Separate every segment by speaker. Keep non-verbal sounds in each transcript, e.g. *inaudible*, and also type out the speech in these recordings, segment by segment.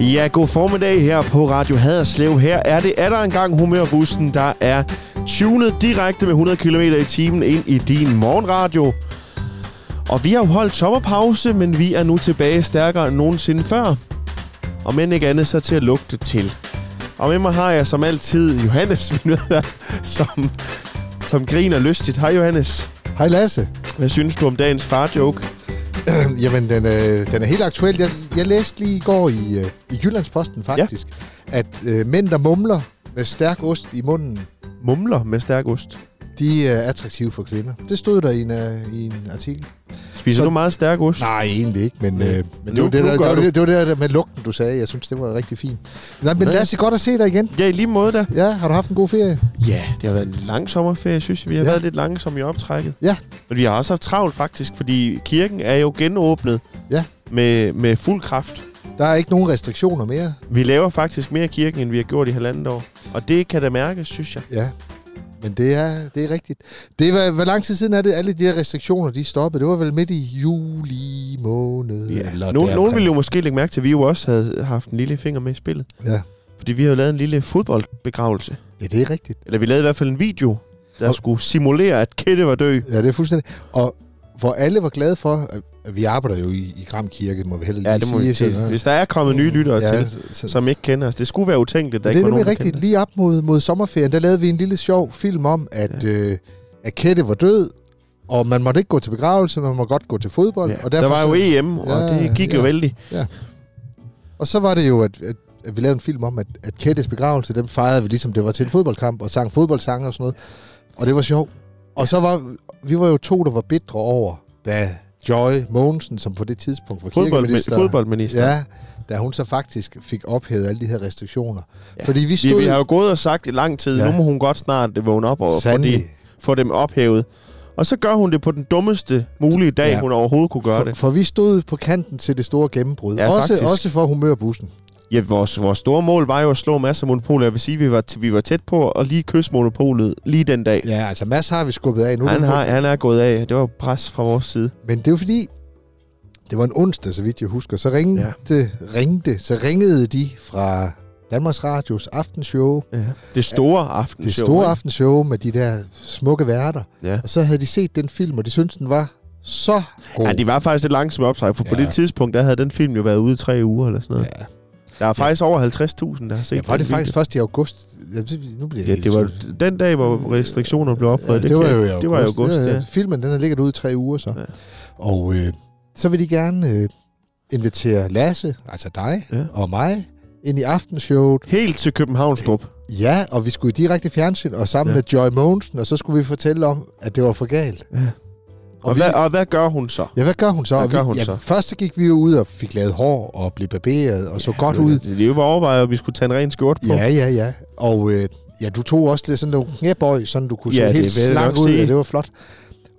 Speaker 1: Ja, god formiddag her på Radio Haderslev. Her er det der en gang humørbussen, der er tunet direkte med 100 km i timen ind i din morgenradio. Og vi har jo holdt sommerpause, men vi er nu tilbage stærkere end nogensinde før. Og men ikke andet, så til at lugte til. Og med mig har jeg som altid Johannes, *laughs* min medvært, som, som griner lystigt. Hej Johannes.
Speaker 2: Hej Lasse. *clears throat*
Speaker 1: Hvad synes du om dagens far-joke?
Speaker 2: Øh, Jamen, den, øh, den er helt aktuel. Jeg, jeg læste lige i går i, øh, i Jyllandsposten faktisk, ja. at øh, mænd, der mumler med stærk ost i munden,
Speaker 1: Mumler med stærk ost.
Speaker 2: de øh, er attraktive for kvinder. Det stod der i en, øh, i en artikel.
Speaker 1: Spiser så...
Speaker 2: Så-
Speaker 1: du meget stærk ost?
Speaker 2: Nej, egentlig ikke, men, øh,
Speaker 1: Nu-
Speaker 2: men det, var det,
Speaker 1: nu
Speaker 2: der, det,
Speaker 1: gør
Speaker 2: var
Speaker 1: du.
Speaker 2: det, det var det der med lugten, du sagde. Jeg synes, det var rigtig fint. Nej, men
Speaker 1: Ja.
Speaker 2: Lasse, godt at se dig igen.
Speaker 1: Ja, i lige måde da.
Speaker 2: Ja, har du haft en god ferie?
Speaker 1: Ja, det har været en lang sommerferie, synes jeg. Vi har ja.
Speaker 2: Ja.
Speaker 1: været lidt langsomme i optrækket.
Speaker 2: Ja.
Speaker 1: Men vi har også haft travlt faktisk, fordi kirken er jo genåbnet
Speaker 2: Ja.
Speaker 1: med, med fuld kraft.
Speaker 2: Der er ikke nogen restriktioner mere.
Speaker 1: Vi laver faktisk mere i kirken, end vi har gjort i halvandet år. Og det kan da mærkes, synes jeg.
Speaker 2: Ja, men det er, det er rigtigt. Det var, hvor lang tid siden er det, alle de her restriktioner, de stoppede? Det var vel midt i juli måned? eller
Speaker 1: Nogen, nogen
Speaker 2: deromkring.
Speaker 1: ville jo måske lægge mærke til, at vi jo også havde haft en lille finger med i spillet.
Speaker 2: Ja.
Speaker 1: Fordi vi har jo lavet en lille fodboldbegravelse.
Speaker 2: ja, det er rigtigt.
Speaker 1: Eller vi lavede i hvert fald en video, der
Speaker 2: Og-
Speaker 1: skulle simulere, at Kette var død.
Speaker 2: Ja, det er fuldstændig. Og hvor alle var glade for, at vi arbejder jo i, i Gram Kirke, må vi heller
Speaker 1: Ja,
Speaker 2: lige
Speaker 1: det må
Speaker 2: sige.
Speaker 1: vi sige. Hvis der er kommet nye lyttere ja. til,
Speaker 2: så, så,
Speaker 1: som ikke kender os. Det skulle være utænkeligt, der
Speaker 2: det
Speaker 1: ikke var
Speaker 2: er
Speaker 1: nogen,
Speaker 2: nemlig
Speaker 1: der kendte
Speaker 2: rigtigt.
Speaker 1: os.
Speaker 2: Lige op mod, mod sommerferien, der lavede vi en lille sjov film om, at, ja. øh, at Kette var død, og man måtte ikke gå til begravelse, man må godt gå til fodbold.
Speaker 1: Ja.
Speaker 2: og
Speaker 1: der var jo
Speaker 2: så-
Speaker 1: EM, og
Speaker 2: Ja,
Speaker 1: det gik jo
Speaker 2: ja.
Speaker 1: vældig.
Speaker 2: Og så var det jo, at, at, at vi lavede en film om, at, at Kettes begravelse, dem fejrede vi ligesom det var til en fodboldkamp, og sang fodboldsange og sådan noget. Og det var sjovt. Og så var vi var jo to, der var bitre over, da Joy Mogensen, som på det tidspunkt var
Speaker 1: Fodboldminister.
Speaker 2: kirkeminister,
Speaker 1: Fodboldminister.
Speaker 2: ja, da hun så faktisk fik ophævet alle de her restriktioner.
Speaker 1: Ja.
Speaker 2: Ja. Fordi vi
Speaker 1: Vi,
Speaker 2: stod
Speaker 1: vi har jo gået og sagt i lang tid, ja.
Speaker 2: Ja.
Speaker 1: nu må hun godt snart øh, vågne op og få,
Speaker 2: sandelig
Speaker 1: de, få dem ophævet. Og så gør hun det på den dummeste mulige dag, ja.
Speaker 2: Ja.
Speaker 1: hun overhovedet kunne gøre
Speaker 2: for,
Speaker 1: det.
Speaker 2: for vi stod på kanten til det store gennembrud.
Speaker 1: Ja,
Speaker 2: også,
Speaker 1: faktisk.
Speaker 2: også for humørbussen.
Speaker 1: Ja, vores, vores store mål var jo at slå masser af monopoler. Jeg vil sige, at vi var, t- vi var tæt på at lige kysse monopolet lige den dag.
Speaker 2: Ja, altså Mads har vi skubbet af nu.
Speaker 1: Ja, han,
Speaker 2: Den-
Speaker 1: har, han er gået af. Det var pres fra vores side.
Speaker 2: Men det er jo fordi, det var en onsdag, så vidt jeg husker, så ringte, ja. ringte, så ringede de fra Danmarks Radios aftenshow,
Speaker 1: Ja. Det store aftenshow.
Speaker 2: det store
Speaker 1: ikke?
Speaker 2: aftenshow med de der smukke værter.
Speaker 1: Ja.
Speaker 2: Og så havde de set den film, og de syntes, den var så god.
Speaker 1: Ja, det var faktisk et langsomt optræk, for ja. på
Speaker 2: Ja.
Speaker 1: det tidspunkt, der havde den film jo været ude i tre uger eller sådan noget. Ja.
Speaker 2: ja.
Speaker 1: Der er faktisk over 50.000, der har set
Speaker 2: ja, var
Speaker 1: den
Speaker 2: det
Speaker 1: video.
Speaker 2: faktisk først i august? Jamen, det- nu bliver jeg
Speaker 1: Ja,
Speaker 2: helt
Speaker 1: det var
Speaker 2: tvivl.
Speaker 1: den dag, hvor restriktionerne blev ophævet.
Speaker 2: Ja, det, det, var
Speaker 1: kan-
Speaker 2: jo i august.
Speaker 1: Det var i august,
Speaker 2: ja,
Speaker 1: ja.
Speaker 2: Filmen, den har ligget ude i tre uger så.
Speaker 1: Ja.
Speaker 2: Ja. Og øh, så vil de gerne øh, invitere Lasse, altså dig
Speaker 1: Ja.
Speaker 2: ja. og mig, ind i aftenshowet.
Speaker 1: Helt til Københavnstrup.
Speaker 2: Ja, og vi skulle i direkte fjernsyn, og sammen
Speaker 1: Ja.
Speaker 2: ja. med Joy Mogensen, og så skulle vi fortælle om, at det var for galt.
Speaker 1: Ja. Og, og,
Speaker 2: vi,
Speaker 1: hvad, og hvad gør hun så?
Speaker 2: ja, hvad gør hun så?
Speaker 1: Hvad
Speaker 2: Og
Speaker 1: gør
Speaker 2: vi,
Speaker 1: hun
Speaker 2: ja,
Speaker 1: så?
Speaker 2: Først så gik vi jo ud og fik lavet hår og blev barberet og så godt ud.
Speaker 1: Det var overvejet, at vi skulle tage en ren skjort på.
Speaker 2: Ja, ja, ja. Og øh, ja, du tog også lidt sådan nogle knæbøj, sådan du kunne
Speaker 1: Ja,
Speaker 2: ja, se
Speaker 1: det
Speaker 2: helt
Speaker 1: vil jeg
Speaker 2: slank
Speaker 1: nok
Speaker 2: ud,
Speaker 1: sige.
Speaker 2: ja, det var flot.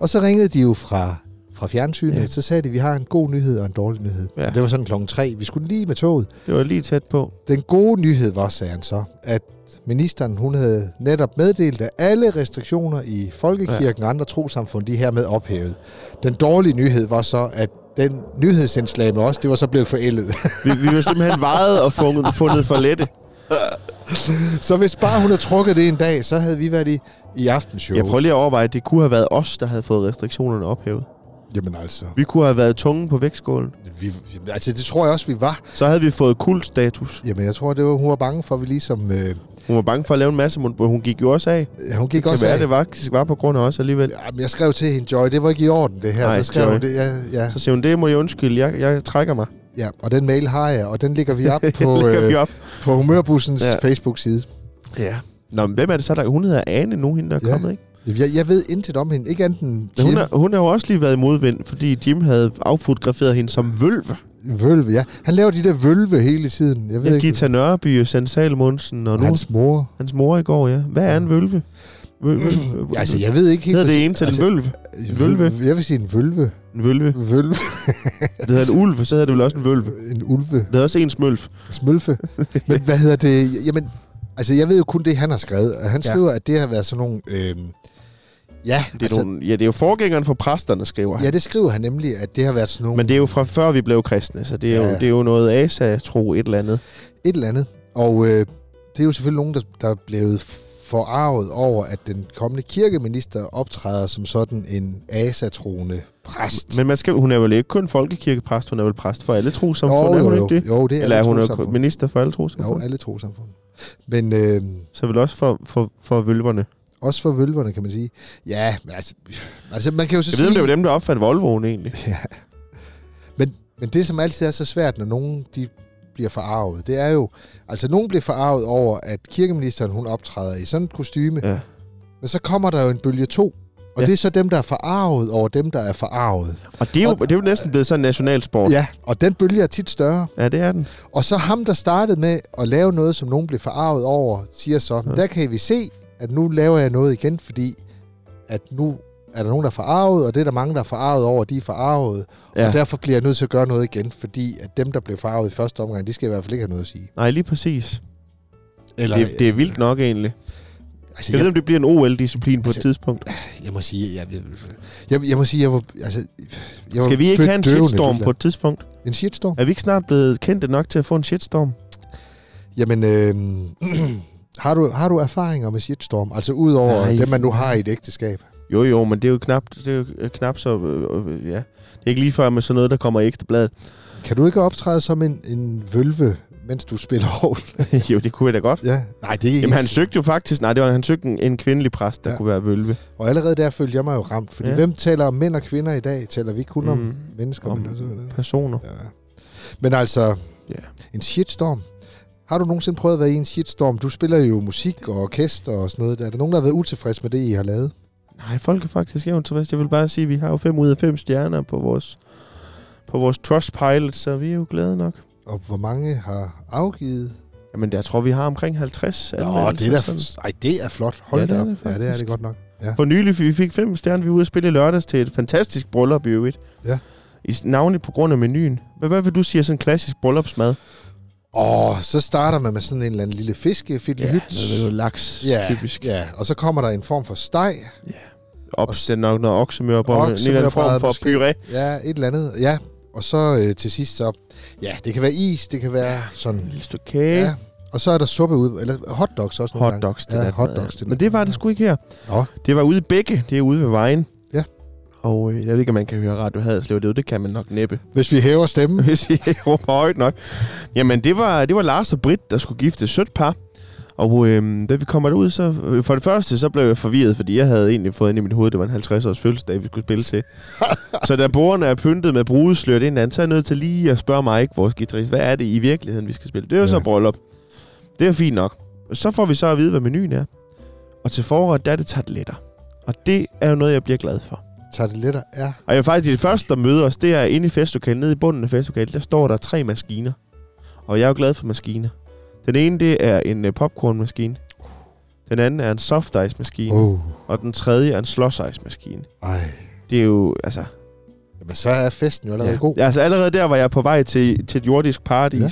Speaker 2: Og så ringede de jo fra, fra fjernsynet,
Speaker 1: Ja.
Speaker 2: ja. så sagde de, vi har en god nyhed og en dårlig nyhed.
Speaker 1: Ja.
Speaker 2: Ja. Det var sådan klokken tre. Vi skulle lige med toget.
Speaker 1: Det var lige tæt på.
Speaker 2: Den gode nyhed var, sagde han så, at ministeren hun havde netop meddelt, at alle restriktioner i Folkekirken ja. og andre trosamfund, de er hermed ophævet. Den dårlige nyhed var så, at den nyhedsindslag med os, det var så blevet forældet. *laughs*
Speaker 1: Vi, vi var simpelthen vejet og fundet, fundet for lette.
Speaker 2: så hvis bare hun havde trukket det en dag, så havde vi været i, i aftenshow.
Speaker 1: Jeg prøver lige at overveje, at det kunne have været os, der havde fået restriktionerne ophævet.
Speaker 2: Jamen altså,
Speaker 1: Vi kunne have været tunge på vægtskålen.
Speaker 2: vi, jamen, altså, det tror jeg også, vi var.
Speaker 1: Så havde vi fået kultstatus.
Speaker 2: Jamen jeg tror, det var, hun var bange for, at vi ligesom... Øh,
Speaker 1: Hun var bange for at lave en masse mund, hun gik jo også af. Det
Speaker 2: hun gik
Speaker 1: kan
Speaker 2: også
Speaker 1: være,
Speaker 2: af.
Speaker 1: det faktisk var på grund af os alligevel.
Speaker 2: Jamen, jeg skrev til hende, Joy, det var ikke i orden, det her.
Speaker 1: Nej,
Speaker 2: så skrev
Speaker 1: Joy.
Speaker 2: hun det, ja, ja.
Speaker 1: Så siger hun, det må jeg undskylde, jeg, jeg trækker mig.
Speaker 2: Ja, og den mail har jeg, og den ligger vi
Speaker 1: *laughs*
Speaker 2: op
Speaker 1: Det
Speaker 2: på,
Speaker 1: lægger vi
Speaker 2: øh,
Speaker 1: op.
Speaker 2: på Humørbussens
Speaker 1: Ja.
Speaker 2: ja. Facebook-side.
Speaker 1: Ja. Nå, men hvem er det så, der... Hun hedder Ane nu, hende der er
Speaker 2: Ja.
Speaker 1: kommet, ikke?
Speaker 2: Jeg, jeg ved intet om hende, ikke andet end
Speaker 1: Men hun,
Speaker 2: Jim
Speaker 1: har, hun har jo også lige været i modvind, fordi Jim havde affotograferet hende som vølv.
Speaker 2: Vølve. Ja. Han laver de der vølve hele tiden. Jeg ved
Speaker 1: Ja,
Speaker 2: ikke,
Speaker 1: Gita Nørby og Sand Salmonsen og
Speaker 2: og
Speaker 1: nu hans,
Speaker 2: hans
Speaker 1: *clears throat*
Speaker 2: mor.
Speaker 1: hans mor i går, ja. Hvad er en vølve? Vøl,
Speaker 2: Ja, altså, jeg ved ikke helt...
Speaker 1: hedder det
Speaker 2: præcis-
Speaker 1: en til en vølve?
Speaker 2: altså,
Speaker 1: vølve?
Speaker 2: Jeg vil sige en vølve.
Speaker 1: En vølve.
Speaker 2: vølve.
Speaker 1: Det hedder en ulv, så hedder det vel også en vølve.
Speaker 2: En ulve.
Speaker 1: Det er også en smølf.
Speaker 2: Smølfe. Men hvad hedder det? Jamen, altså, jeg ved jo kun det, han har skrevet. Og han
Speaker 1: Ja.
Speaker 2: skriver, at det har været sådan nogle... Øh, Ja,
Speaker 1: Det er, altså, nogle, ja, det er jo forgængeren for præsterne, skriver han.
Speaker 2: ja, det skriver han nemlig, at det har været sådan nogle...
Speaker 1: Men det er jo fra før vi blev kristne, så det er, ja.
Speaker 2: Ja.
Speaker 1: jo, det er jo noget asa-tro et eller andet.
Speaker 2: et eller andet. Og øh, det er jo selvfølgelig nogen, der, der er blevet forarvet over, at den kommende kirkeminister optræder som sådan en asatroende præst.
Speaker 1: Men man skal, hun er vel ikke kun folkekirkepræst, hun er vel præst for alle trosamfund, er hun
Speaker 2: jo,
Speaker 1: ikke det?
Speaker 2: jo, det er
Speaker 1: Eller er
Speaker 2: alle
Speaker 1: hun jo
Speaker 2: trosamfund.
Speaker 1: minister for alle
Speaker 2: Jo,
Speaker 1: trosamfund?
Speaker 2: alle trosamfund. Men øh,
Speaker 1: Så vel også for, for, for vølverne.
Speaker 2: også for vølverne, kan man sige. Ja, men altså, altså man kan jo så
Speaker 1: Jeg ved,
Speaker 2: sige...
Speaker 1: om det var dem, der opfandt Volvoen egentlig.
Speaker 2: Men det, som altid er så svært, når nogen de bliver forarvet, det er jo... Altså, nogen bliver forarvet over, at kirkeministeren hun optræder i sådan et kostyme,
Speaker 1: Ja.
Speaker 2: men så kommer der jo en bølge to, og
Speaker 1: Ja.
Speaker 2: ja. det er så dem, der er forarvet over dem, der er forarvet.
Speaker 1: Og det er jo,
Speaker 2: Og-
Speaker 1: det er jo næsten blevet sådan en nationalsport.
Speaker 2: Ja, og den bølge er tit større.
Speaker 1: ja, det er den.
Speaker 2: Og så ham, der startede med at lave noget, som nogen blev forarvet over, siger så,
Speaker 1: Ja.
Speaker 2: ja. der kan vi se, at nu laver jeg noget igen, fordi at nu er der nogen, der er forarvet, og det er der mange, der er forarvet over, de er forarvet. Ja.
Speaker 1: Ja.
Speaker 2: Og derfor bliver jeg nødt til at gøre noget igen, fordi at dem, der blev forarvet i første omgang, de skal i hvert fald ikke have noget at sige.
Speaker 1: Nej, lige præcis.
Speaker 2: Eller,
Speaker 1: Det, det er vildt nok egentlig.
Speaker 2: Altså,
Speaker 1: Jeg ved, om det bliver en OL-disciplin på et
Speaker 2: Altså,
Speaker 1: tidspunkt.
Speaker 2: jeg må sige, jeg, jeg, jeg, jeg må sige, jeg var, altså, jeg var
Speaker 1: Skal vi ikke
Speaker 2: dø-
Speaker 1: have en
Speaker 2: døvende
Speaker 1: shitstorm
Speaker 2: ligeglad.
Speaker 1: på et tidspunkt?
Speaker 2: En shitstorm?
Speaker 1: Er vi ikke snart blevet kendte nok til at få en shitstorm?
Speaker 2: Jamen, øh, *clears throat* har, du, har du erfaringer med shitstorm? Altså, udover
Speaker 1: Nej.
Speaker 2: dem, man nu har i et ægteskab?
Speaker 1: Jo, jo, men det er jo knap, det er jo øh, knap så... Øh, øh, ja. Det er ikke lige før med sådan noget, der kommer i
Speaker 2: *laughs*
Speaker 1: ekstrabladet.
Speaker 2: Kan du ikke optræde som en, en vølve, mens du spiller hoved?
Speaker 1: jo, det kunne jeg da godt.
Speaker 2: *laughs* ja. Nej, det er ikke
Speaker 1: Jamen, han
Speaker 2: ens.
Speaker 1: søgte jo faktisk... Nej, det var, han søgte en, en kvindelig præst, der ja.
Speaker 2: Ja.
Speaker 1: kunne være vølve.
Speaker 2: Og allerede der følte jeg mig jo ramt. Fordi
Speaker 1: Ja.
Speaker 2: ja. hvem taler om mænd og kvinder i dag? Taler vi ikke kun mm. om
Speaker 1: Mm,
Speaker 2: mennesker?
Speaker 1: om
Speaker 2: men også,
Speaker 1: personer.
Speaker 2: ja. men altså,
Speaker 1: Ja.
Speaker 2: en shitstorm. Har du nogensinde prøvet at være i en shitstorm? Du spiller jo musik og orkester og sådan noget. Er der nogen, der har været utilfredse med det, I har lavet?
Speaker 1: Nej, folk er faktisk jævnt tilfredse. Jeg vil bare sige, at vi har jo 5 ud af 5 stjerner på vores, på vores Trustpilot, så vi er jo glade nok.
Speaker 2: Og hvor mange har afgivet?
Speaker 1: Jamen, jeg tror, vi har omkring 50
Speaker 2: Nå, det er da,
Speaker 1: sådan.
Speaker 2: f- ej, det er flot. Hold
Speaker 1: Ja,
Speaker 2: ja,
Speaker 1: det
Speaker 2: da
Speaker 1: er det
Speaker 2: op. ja, det er
Speaker 1: faktisk.
Speaker 2: det godt nok.
Speaker 1: For nylig vi fik 5 stjerner. Vi var ude at spille i lørdags til et fantastisk bryllup i øvrigt.
Speaker 2: Ja.
Speaker 1: I, navnlig på grund af menuen. Hvad, hvad vil du sige er sådan en klassisk bryllupsmad?
Speaker 2: Og så starter man med sådan en eller anden lille fiskefilet
Speaker 1: Ja,
Speaker 2: hyt.
Speaker 1: noget, noget laks,
Speaker 2: Ja,
Speaker 1: typisk.
Speaker 2: ja, og så kommer der en form for steg.
Speaker 1: Op,
Speaker 2: Og s-
Speaker 1: det er nok noget oksemør på, en eller anden form
Speaker 2: Oksemørbrad
Speaker 1: for
Speaker 2: måske.
Speaker 1: puré.
Speaker 2: Ja, et eller andet. Ja, og så øh, til sidst så... Ja, det kan være is, det kan være ja.
Speaker 1: En
Speaker 2: sådan...
Speaker 1: lille stykke kage.
Speaker 2: Ja. Og så er der suppe ud... Eller hotdogs også nogle gange.
Speaker 1: Hotdogs til
Speaker 2: Ja,
Speaker 1: natmad,
Speaker 2: hotdogs til
Speaker 1: Men det var det sgu ikke her.
Speaker 2: Nå.
Speaker 1: Det var ude i Bække, det er ude ved vejen.
Speaker 2: Ja.
Speaker 1: Og øh, jeg ved ikke, om man kan høre Radio Haderslev, det, er jo- det kan man nok næppe,
Speaker 2: Hvis vi hæver stemmen.
Speaker 1: hvis jeg råber højt nok. Jamen, det var, det var Lars og Britt, der skulle gifte et sødt par. Og øh, da vi kommer derud, så øh, for det første, så blev jeg forvirret, fordi jeg havde egentlig fået ind i mit hoved, det var en 50-års fødselsdag, vi skulle spille til. så da bordene er pyntet med brudeslør det ene og det andet, så er jeg nødt til lige at spørge Mike, vores guitarist, hvad er det i virkeligheden, vi skal spille? Det er jo ja. så
Speaker 2: Ja.
Speaker 1: bryllup. Det er fint nok. Så får vi så at vide, hvad menuen er. Og til foråret, der er det tarteletter. Og det er jo noget, jeg bliver glad for.
Speaker 2: Tarteletter er...
Speaker 1: Og jeg er faktisk det første, der møder os, det er inde i festlokalet, nede i bunden af festlokalet, der står der tre maskiner. Og jeg er jo glad for maskiner. Den ene, det er en øh, popcornmaskine. Den anden er en soft ice maskine. Oh.
Speaker 2: Oh,
Speaker 1: Og den tredje er en slush ice maskine.
Speaker 2: ej.
Speaker 1: Det er jo, altså...
Speaker 2: Jamen, så er festen jo allerede ja. god.
Speaker 1: Ja, altså allerede der var jeg på vej til, til et jordisk paradis. Ja.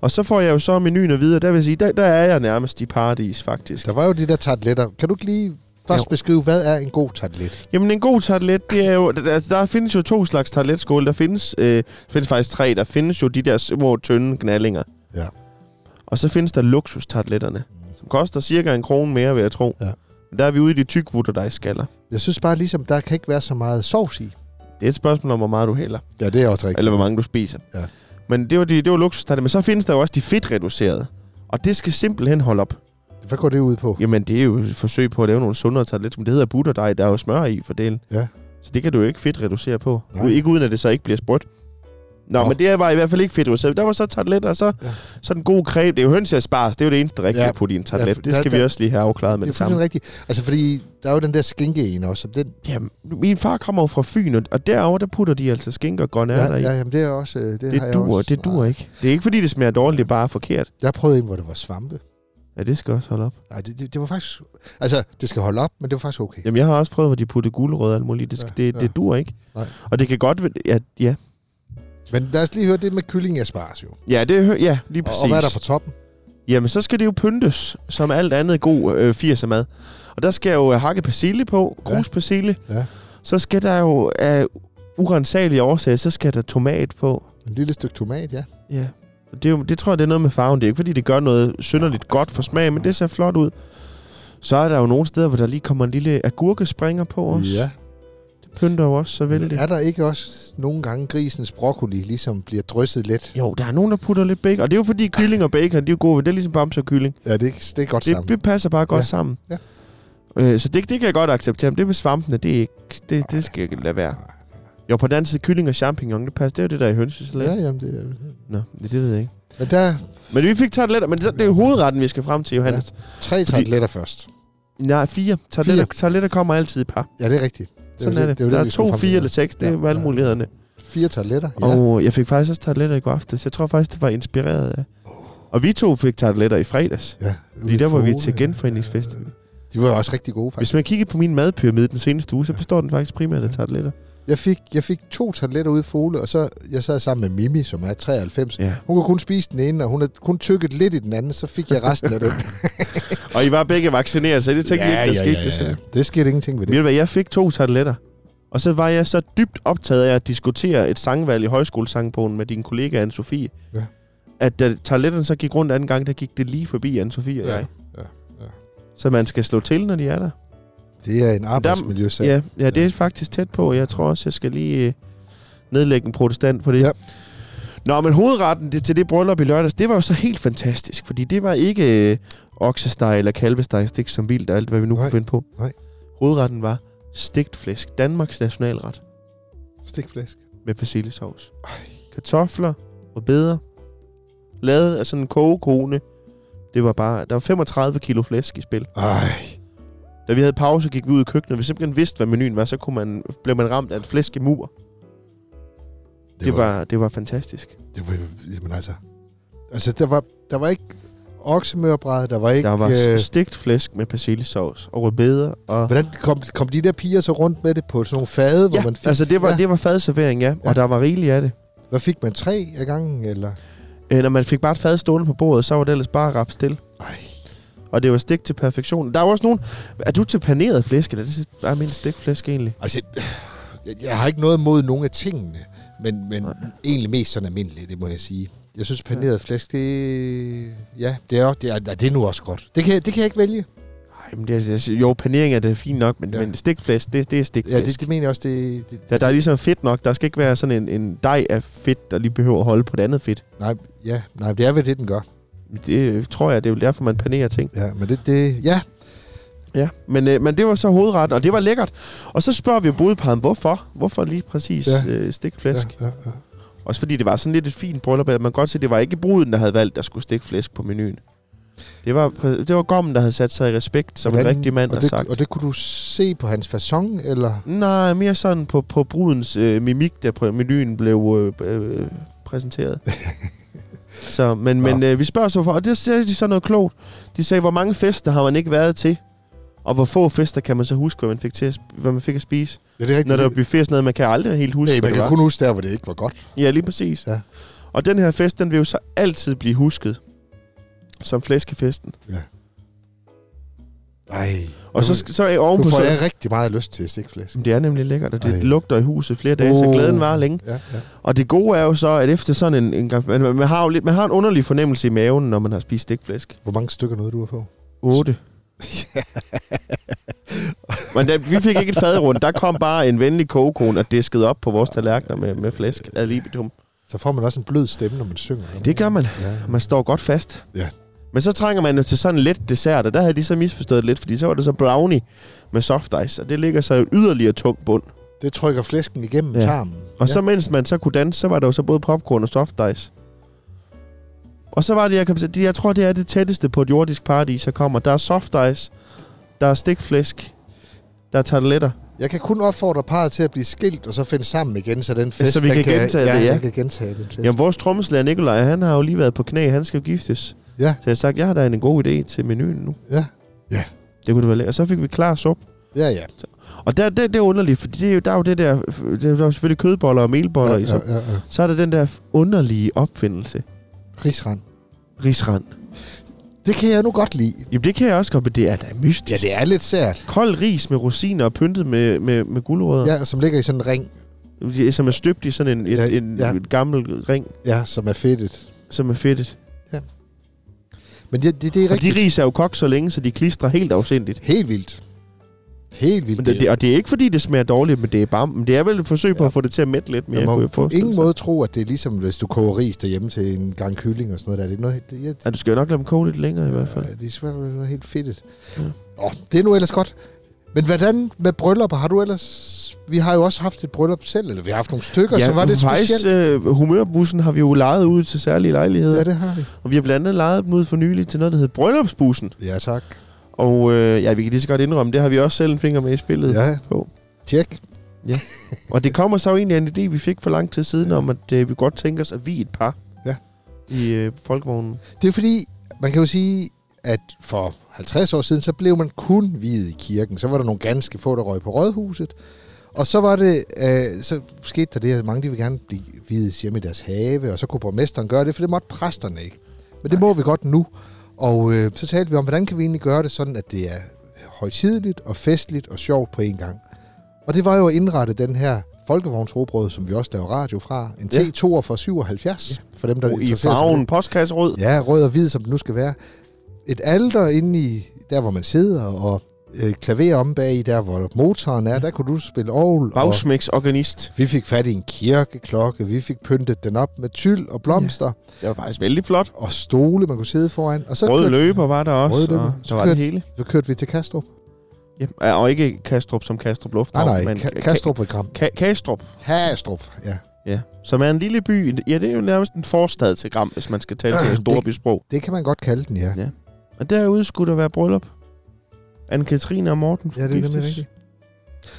Speaker 1: Og så får jeg jo så menuen at vide, og der vil jeg sige, der, der er jeg nærmest i paradis, faktisk.
Speaker 2: Der var jo de der tarteletter. Kan du ikke lige først
Speaker 1: Jo.
Speaker 2: jo. beskrive, hvad er en god tartelet?
Speaker 1: Jamen en god tartelet, det er jo... Der, der, der findes jo to slags tarteletskåle. Der findes, øh, findes faktisk tre. Der findes jo de der små, tynde knallinger.
Speaker 2: Ja. Mm.
Speaker 1: Og så findes der luksustarteletterne, som koster cirka en krone mere, vil jeg tro.
Speaker 2: Ja.
Speaker 1: Men der er vi ude i de tykbutterdejskaller.
Speaker 2: Jeg synes bare ligesom, der kan ikke være så meget sovs i.
Speaker 1: Det er et spørgsmål om, hvor meget du hælder.
Speaker 2: Ja, det er også rigtigt.
Speaker 1: Eller hvor mange du spiser.
Speaker 2: Ja.
Speaker 1: Men det var, de, det var luksustartelet. Men så findes der jo også de fedtreducerede. Og det skal simpelthen holde op.
Speaker 2: Hvad går det ud på?
Speaker 1: Jamen, det er jo et forsøg på at lave nogle sundere tartelet, men det hedder butterdej, der er jo smør i for delen.
Speaker 2: Ja.
Speaker 1: Så det kan du jo ikke fedt reducere på.
Speaker 2: Nej.
Speaker 1: Ikke uden at det så ikke bliver sprødt. Nå,
Speaker 2: Nå.
Speaker 1: men det var i hvert fald ikke fedt reduceret. Der var så tartelet, og så, ja.
Speaker 2: Ja.
Speaker 1: så den gode creme. Det er jo høns og spars, det er jo det eneste, der rigtigt
Speaker 2: Ja.
Speaker 1: ja. putte i en tartelet.
Speaker 2: Ja,
Speaker 1: Ja,
Speaker 2: for
Speaker 1: det
Speaker 2: der-
Speaker 1: skal vi
Speaker 2: der-
Speaker 1: også lige have afklaret med
Speaker 2: det er
Speaker 1: det samme.
Speaker 2: fuldstændig rigtigt. Altså, fordi der er jo den der skinke en også. og Den,
Speaker 1: Jamen, min far kommer jo fra Fyn, og- og derover der putter de altså skinker og grønne
Speaker 2: ja,
Speaker 1: ærter i.
Speaker 2: ja, jamen, det er også... øh, Det, har
Speaker 1: Det
Speaker 2: jeg
Speaker 1: duer,
Speaker 2: også.
Speaker 1: det duer ikke. Det er ikke, fordi det smager dårligt, det er bare forkert.
Speaker 2: Jeg prøvede en, hvor det var svampe.
Speaker 1: Ja, det skal også holde op.
Speaker 2: Nej, det, det, det var faktisk... Altså, det skal holde op, men det var faktisk okay.
Speaker 1: Jamen, jeg har også prøvet, hvor de putter gulerødder og alt muligt. Det, skal,
Speaker 2: Ja,
Speaker 1: det,
Speaker 2: ja.
Speaker 1: det duer ikke.
Speaker 2: Nej.
Speaker 1: Og det kan godt... være- Ja, ja.
Speaker 2: Men lad os lige høre det med kylling og spars, jo.
Speaker 1: ja, det, hø- ja lige
Speaker 2: Og,
Speaker 1: præcis.
Speaker 2: og hvad er der på toppen?
Speaker 1: Jamen, så skal det jo pyntes, som alt andet god øh, 80'er mad. Og der skal jo øh, hakke persille på,
Speaker 2: Ja.
Speaker 1: grus persille.
Speaker 2: Ja.
Speaker 1: Så skal der jo af urensagelige årsager, så skal der tomat på.
Speaker 2: En lille stykke tomat, ja.
Speaker 1: Ja. Og Det, er jo, det tror jeg, det er noget med farven. Det er ikke, fordi det gør noget synderligt godt for smag, men det ser flot ud. Så er der jo nogle steder, hvor der lige kommer en lille agurkespringer på os.
Speaker 2: Ja.
Speaker 1: Det pynter jo også så vældig.
Speaker 2: Er der ikke også nogle gange grisens broccoli ligesom bliver drysset lidt?
Speaker 1: Jo, der er nogen, der putter lidt bacon. Og det er jo fordi kylling og bacon, de er jo gode. ved- Det er ligesom bamse og kylling.
Speaker 2: Ja, det, er- det er godt
Speaker 1: Det,
Speaker 2: sammen.
Speaker 1: det passer bare godt
Speaker 2: Ja.
Speaker 1: sammen.
Speaker 2: Ja.
Speaker 1: Øh, så det, det kan jeg godt acceptere. Men det med svampene, det, er ikke, det, det skal jeg ikke lade være. Jo, på den anden side, kylling og champignon, det passer. Det er jo det, der er i hønsesalat.
Speaker 2: Ja,
Speaker 1: Ja.
Speaker 2: jamen, det er...
Speaker 1: Nå, det, det ved jeg ikke.
Speaker 2: Men der er
Speaker 1: Men vi fik tarteletter, men det, det er jo hovedretten, vi skal frem til, Johannes.
Speaker 2: tre tartletter først.
Speaker 1: Ja. Nej, fire. Tarteletter, tarteletter kommer altid i par.
Speaker 2: Ja, det er rigtigt. Det
Speaker 1: Sådan
Speaker 2: jo
Speaker 1: er det.
Speaker 2: jo
Speaker 1: Der er
Speaker 2: vi skulle
Speaker 1: to,
Speaker 2: frem til.
Speaker 1: fire eller seks. Det
Speaker 2: Ja,
Speaker 1: er
Speaker 2: ja.
Speaker 1: valgmulighederne.
Speaker 2: Fire tartletter, ja.
Speaker 1: Og jeg fik faktisk også tarteletter i går aftes. Jeg tror faktisk, det var inspireret af. Og vi to fik tarteletter i fredags.
Speaker 2: ja
Speaker 1: Fordi der var vi til
Speaker 2: igen.
Speaker 1: genforeningsfest.
Speaker 2: De var jo også rigtig gode, faktisk.
Speaker 1: Hvis man kigger på min madpyramide den seneste uge, så består den faktisk primært af
Speaker 2: Ja.
Speaker 1: tarteletter.
Speaker 2: Jeg fik, jeg fik to tartletter ude i Fole, og så jeg sad sammen med Mimi, som er 93.
Speaker 1: Ja.
Speaker 2: Hun kunne kun spise den ene, og hun havde kun tykket lidt i den anden, så fik jeg resten
Speaker 1: *laughs*
Speaker 2: af den.
Speaker 1: Og I var begge vaccineret, så det tænkte ja, ikke, der skete det sådan.
Speaker 2: Det skete ingenting ved
Speaker 1: Ved
Speaker 2: det.
Speaker 1: du hvad, jeg fik to tarteletter. Og så var jeg så dybt optaget af at diskutere et sangvalg i højskolesangbogen med din kollega anne Sofie.
Speaker 2: Ja.
Speaker 1: At da tarteletterne så gik rundt anden gang, der gik det lige forbi anne Sofie og
Speaker 2: Ja,
Speaker 1: jeg.
Speaker 2: ja, ja.
Speaker 1: Så man skal slå til, når de er der.
Speaker 2: Det er en arbejdsmiljøsag.
Speaker 1: Ja, ja, det er faktisk tæt på. Jeg tror også, jeg skal lige øh, nedlægge en protestant på det.
Speaker 2: Ja.
Speaker 1: Nå, men hovedretten det, til det bryllup i lørdags, det var jo så helt fantastisk. Fordi det var ikke øh, oksesteg eller kalvesteg, stik som vildt og alt, hvad vi nu
Speaker 2: Nej,
Speaker 1: kunne finde på.
Speaker 2: nej.
Speaker 1: Hovedretten var stegt flæsk. Danmarks nationalret
Speaker 2: Stikflæsk.
Speaker 1: med persillesovs. Kartofler og bedre. Lavet af sådan en kogekone. Det var bare... Der var 35 kilo flæsk i spil.
Speaker 2: Ej.
Speaker 1: Da vi havde pause, gik vi ud i køkkenet. Hvis simpelthen vidste, hvad menuen var, så kunne man, blev man ramt af et flæskemur. Det, det, var, det var fantastisk.
Speaker 2: Det var, jamen altså... Altså, der var, der var ikke oksemørbræd, der var ikke...
Speaker 1: der var
Speaker 2: øh,
Speaker 1: øh... stegt flæsk med persillesovs og rødbeder. Og...
Speaker 2: hvordan kom, kom de der piger så rundt med det på sådan nogle fade, hvor
Speaker 1: Ja,
Speaker 2: man fik...
Speaker 1: altså det var,
Speaker 2: ja.
Speaker 1: ja. det var fadservering, ja. Og
Speaker 2: Ja.
Speaker 1: der var rigeligt af det.
Speaker 2: Hvad fik man? Tre af gangen, eller?
Speaker 1: Øh, når man fik bare et fad stående på bordet, så var det ellers bare rap stille.
Speaker 2: Ej.
Speaker 1: Og det var stegt til perfektion. Der er jo også nogen... Er du til paneret flæsk? Eller er det bare min stegt flæsk egentlig?
Speaker 2: Altså, jeg, jeg har ikke noget mod nogen af tingene, men, men
Speaker 1: Nej.
Speaker 2: egentlig mest sådan almindeligt, det må jeg sige. Jeg synes, paneret ja. flæsk, det, ja, det, er, det, er, det er nu også godt. Det kan, det kan jeg ikke vælge.
Speaker 1: Nej, men det er, jo, panering er det fint nok, men,
Speaker 2: Ja.
Speaker 1: ja. men stegt flæsk, det, det er stegt
Speaker 2: Ja,
Speaker 1: flæsk.
Speaker 2: det, det mener jeg også. Det, det,
Speaker 1: Ja, der er ligesom fedt nok. Der skal ikke være sådan en, en dej af fedt, der lige behøver at holde på det andet fedt.
Speaker 2: nej, ja, nej, det er vel det, den gør.
Speaker 1: Det øh, tror jeg, det er jo derfor, man panerer ting.
Speaker 2: Ja, men det, det ja,
Speaker 1: Ja, men, øh, men det var så hovedretten, og det var lækkert. Og så spørger vi brudeparen, hvorfor? Hvorfor lige præcis
Speaker 2: Ja.
Speaker 1: ja. øh, stikflæsk? Ja.
Speaker 2: ja, ja, ja.
Speaker 1: Også fordi det var sådan lidt et fint bryllup, at man kan godt se, det var ikke bruden, der havde valgt, der skulle stikke flæsk på menuen. Det var, præ- det var gommen, der havde sat sig i respekt, som en
Speaker 2: Hvordan-
Speaker 1: rigtig mand
Speaker 2: og
Speaker 1: har
Speaker 2: det,
Speaker 1: sagt.
Speaker 2: Og det kunne du se på hans façon, eller?
Speaker 1: Nej, mere sådan på, på brudens øh, mimik, der på menuen blev øh, øh, præsenteret.
Speaker 2: *laughs*
Speaker 1: så, men men øh, vi spørger så for, og det sagde de så noget klogt. De sagde, hvor mange fester har man ikke været til? Og hvor få fester kan man så huske, hvad man fik, til at, sp- hvad man fik at spise?
Speaker 2: Ja, det er
Speaker 1: Når der er buffet og sådan noget, man kan aldrig helt huske,
Speaker 2: Nej,
Speaker 1: hvad det
Speaker 2: man kan
Speaker 1: var.
Speaker 2: kun huske der, hvor det ikke var godt.
Speaker 1: Ja, lige præcis.
Speaker 2: Ja.
Speaker 1: Og den her fest, den vil jo så altid blive husket. Som flæskefesten.
Speaker 2: Nej.
Speaker 1: Og så, sk- så er ovenpå...
Speaker 2: nu får
Speaker 1: så-
Speaker 2: jeg rigtig meget lyst til stikflæsk.
Speaker 1: Jamen, Det er nemlig lækkert, og det
Speaker 2: Ej.
Speaker 1: lugter i huset flere dage, så
Speaker 2: Uh.
Speaker 1: glæden var længe.
Speaker 2: Ja, ja.
Speaker 1: Og det gode er jo så, at efter sådan en, en gang, man, man, har jo lidt, man har en underlig fornemmelse i maven, når man har spist stikflæsk.
Speaker 2: Hvor mange stykker nåede du at få?
Speaker 1: 8. Men da, vi fik ikke et fad rundt. Der kom bare en venlig kogekone og diskede op på vores tallerkener med, med flæsk ad libitum.
Speaker 2: Så får man også en blød stemme, når man synger.
Speaker 1: Det gør man.
Speaker 2: Ja.
Speaker 1: Man står godt fast.
Speaker 2: Ja.
Speaker 1: Men så trænger man jo til sådan en let dessert, og der havde de så misforstået det lidt, fordi så var det så brownie med soft ice, og det ligger så i en yderligere tung bund.
Speaker 2: Det trykker flæsken igennem ja.
Speaker 1: Ja.
Speaker 2: tarmen.
Speaker 1: Og ja. så mens man så kunne danse, så var der jo så både popcorn og soft ice. Og så var det, jeg, kan, det- jeg tror, det er det tætteste på et jordisk paradis, jeg kommer. Der er soft ice, der er stikflæsk, der er tarteletter.
Speaker 2: Jeg kan kun opfordre parret til at blive skilt, og så finde sammen igen, så den fest...
Speaker 1: så vi
Speaker 2: den
Speaker 1: kan gentage
Speaker 2: ja,
Speaker 1: det, ja.
Speaker 2: den kan gentage den fest.
Speaker 1: Jamen, vores trommeslager Nikolaj, han har jo lige været på knæ, han skal jo giftes.
Speaker 2: Ja.
Speaker 1: Så jeg har sagt, jeg har da en god idé til menuen nu.
Speaker 2: Ja. Ja.
Speaker 1: Det kunne det være lækkert. Og så fik vi klar sup.
Speaker 2: Ja, ja.
Speaker 1: Og der, der, det er underligt, fordi det er jo, der er jo det der, det er jo selvfølgelig kødboller og melboller ja,
Speaker 2: ja,
Speaker 1: i
Speaker 2: ja,
Speaker 1: suppen.
Speaker 2: ja, ja.
Speaker 1: Så er der den der underlige opfindelse.
Speaker 2: Rigsrand.
Speaker 1: Risrand.
Speaker 2: Det kan jeg nu godt lide.
Speaker 1: Jamen, det kan jeg også godt, men det er da mystisk.
Speaker 2: Ja, det er lidt sært.
Speaker 1: Kold ris med rosiner og pyntet med, med, med guldrødder.
Speaker 2: Ja, som ligger i sådan en ring,
Speaker 1: Ja. Som er støbt i sådan en, en,
Speaker 2: Ja,
Speaker 1: en,
Speaker 2: ja.
Speaker 1: en gammel ring,
Speaker 2: ja, som er fedtet.
Speaker 1: som er fedtet.
Speaker 2: Men det, det, det er
Speaker 1: Og de
Speaker 2: rigtigt.
Speaker 1: ris er jo kogt så længe, så de klistrer helt afsindigt.
Speaker 2: Helt vildt. Helt vildt.
Speaker 1: Men det, det, og det er ikke, fordi det smager dårligt, men det er, bare, men det er vel et forsøg på
Speaker 2: Ja.
Speaker 1: at få det til at mætte lidt mere.
Speaker 2: jeg må
Speaker 1: kunne jeg
Speaker 2: på
Speaker 1: forestille
Speaker 2: ingen
Speaker 1: sig.
Speaker 2: måde tro, at det er ligesom, hvis du koger ris derhjemme til en gang kylling og sådan noget. Der. Det er noget, det, jeg,
Speaker 1: Ja, du skal jo nok lade dem koge lidt længere i hvert fald.
Speaker 2: Ja, Det er svært, det er helt fedt.
Speaker 1: Ja.
Speaker 2: Ja. Oh, det er nu ellers godt. Men hvordan med bryllupper? Har du ellers... Vi har jo også haft et bryllup selv, eller vi har haft nogle stykker, ja, som var lidt
Speaker 1: faktisk,
Speaker 2: specielt.
Speaker 1: Øh, humørbussen har vi jo lejet ud til særlige lejligheder.
Speaker 2: Ja,
Speaker 1: Ja, det.
Speaker 2: det har vi.
Speaker 1: Og vi har blandt andet lejet dem ud for nylig til noget, der hedder Bryllupsbussen.
Speaker 2: Ja, tak.
Speaker 1: Og øh, ja, vi kan lige så godt indrømme, det har vi også selv en finger med i spillet.
Speaker 2: Ja,
Speaker 1: på.
Speaker 2: tjek.
Speaker 1: Og det kommer så egentlig af en idé, vi fik for lang tid siden, ja.
Speaker 2: Ja.
Speaker 1: om at øh, vi godt tænker os, at vi er et par
Speaker 2: Ja.
Speaker 1: i øh, folkevognen.
Speaker 2: Det er fordi, man kan jo sige, at for 50 år siden, så blev man kun viet i kirken. Så var der nogle ganske få, der røg på rådhuset. Og så var det, øh, så skete der det, at mange de ville gerne blive viet hjemme i deres have, og så kunne borgmesteren gøre det, for det måtte præsterne ikke. Men det må vi godt nu. Og øh, så talte vi om, hvordan kan vi egentlig gøre det sådan, at det er højtideligt og festligt og sjovt på én gang. Og det var jo at indrette den her folkevognsrobrød, som vi også laver radio fra, en
Speaker 1: Ja.
Speaker 2: T2 fra 77, for dem, der er
Speaker 1: Oh, I
Speaker 2: interesseret sig for det.
Speaker 1: farven postkasserød. Ja.
Speaker 2: Ja, rød og hvid, som det nu skal være. Et alter inde i, der hvor man sidder, og øh, klaver om bag i, der hvor motoren er, der kunne du spille ovl. Og
Speaker 1: Bagsmæks organist.
Speaker 2: vi fik fat i en kirkeklokke, vi fik pyntet den op med tyld og blomster, ja.
Speaker 1: Det var faktisk vældig flot.
Speaker 2: og stole, man kunne sidde foran. Og så,
Speaker 1: Røde
Speaker 2: kørte,
Speaker 1: løber var der også,
Speaker 2: Røde
Speaker 1: Røde
Speaker 2: løber.
Speaker 1: og
Speaker 2: Så
Speaker 1: der var det
Speaker 2: kørte-
Speaker 1: hele.
Speaker 2: så kørte vi til Kastrup.
Speaker 1: Ja. ja, Og ikke Kastrup som Kastrup
Speaker 2: Nej,
Speaker 1: Lufthavn,
Speaker 2: nej,
Speaker 1: men øh,
Speaker 2: Ka-
Speaker 1: Ka-
Speaker 2: Kastrup og Gram.
Speaker 1: Ka- Kastrup.
Speaker 2: Kastrup, ja.
Speaker 1: Ja, som er en lille by. Ja, det er jo nærmest en forstad til Gram, hvis man skal tale til et
Speaker 2: Det-
Speaker 1: storbysprog.
Speaker 2: Det kan man godt kalde den, ja.
Speaker 1: Og derude skulle der være bryllup. Anne-Katrine og Morten
Speaker 2: Ja, det er nemlig
Speaker 1: forgiftes.
Speaker 2: rigtigt.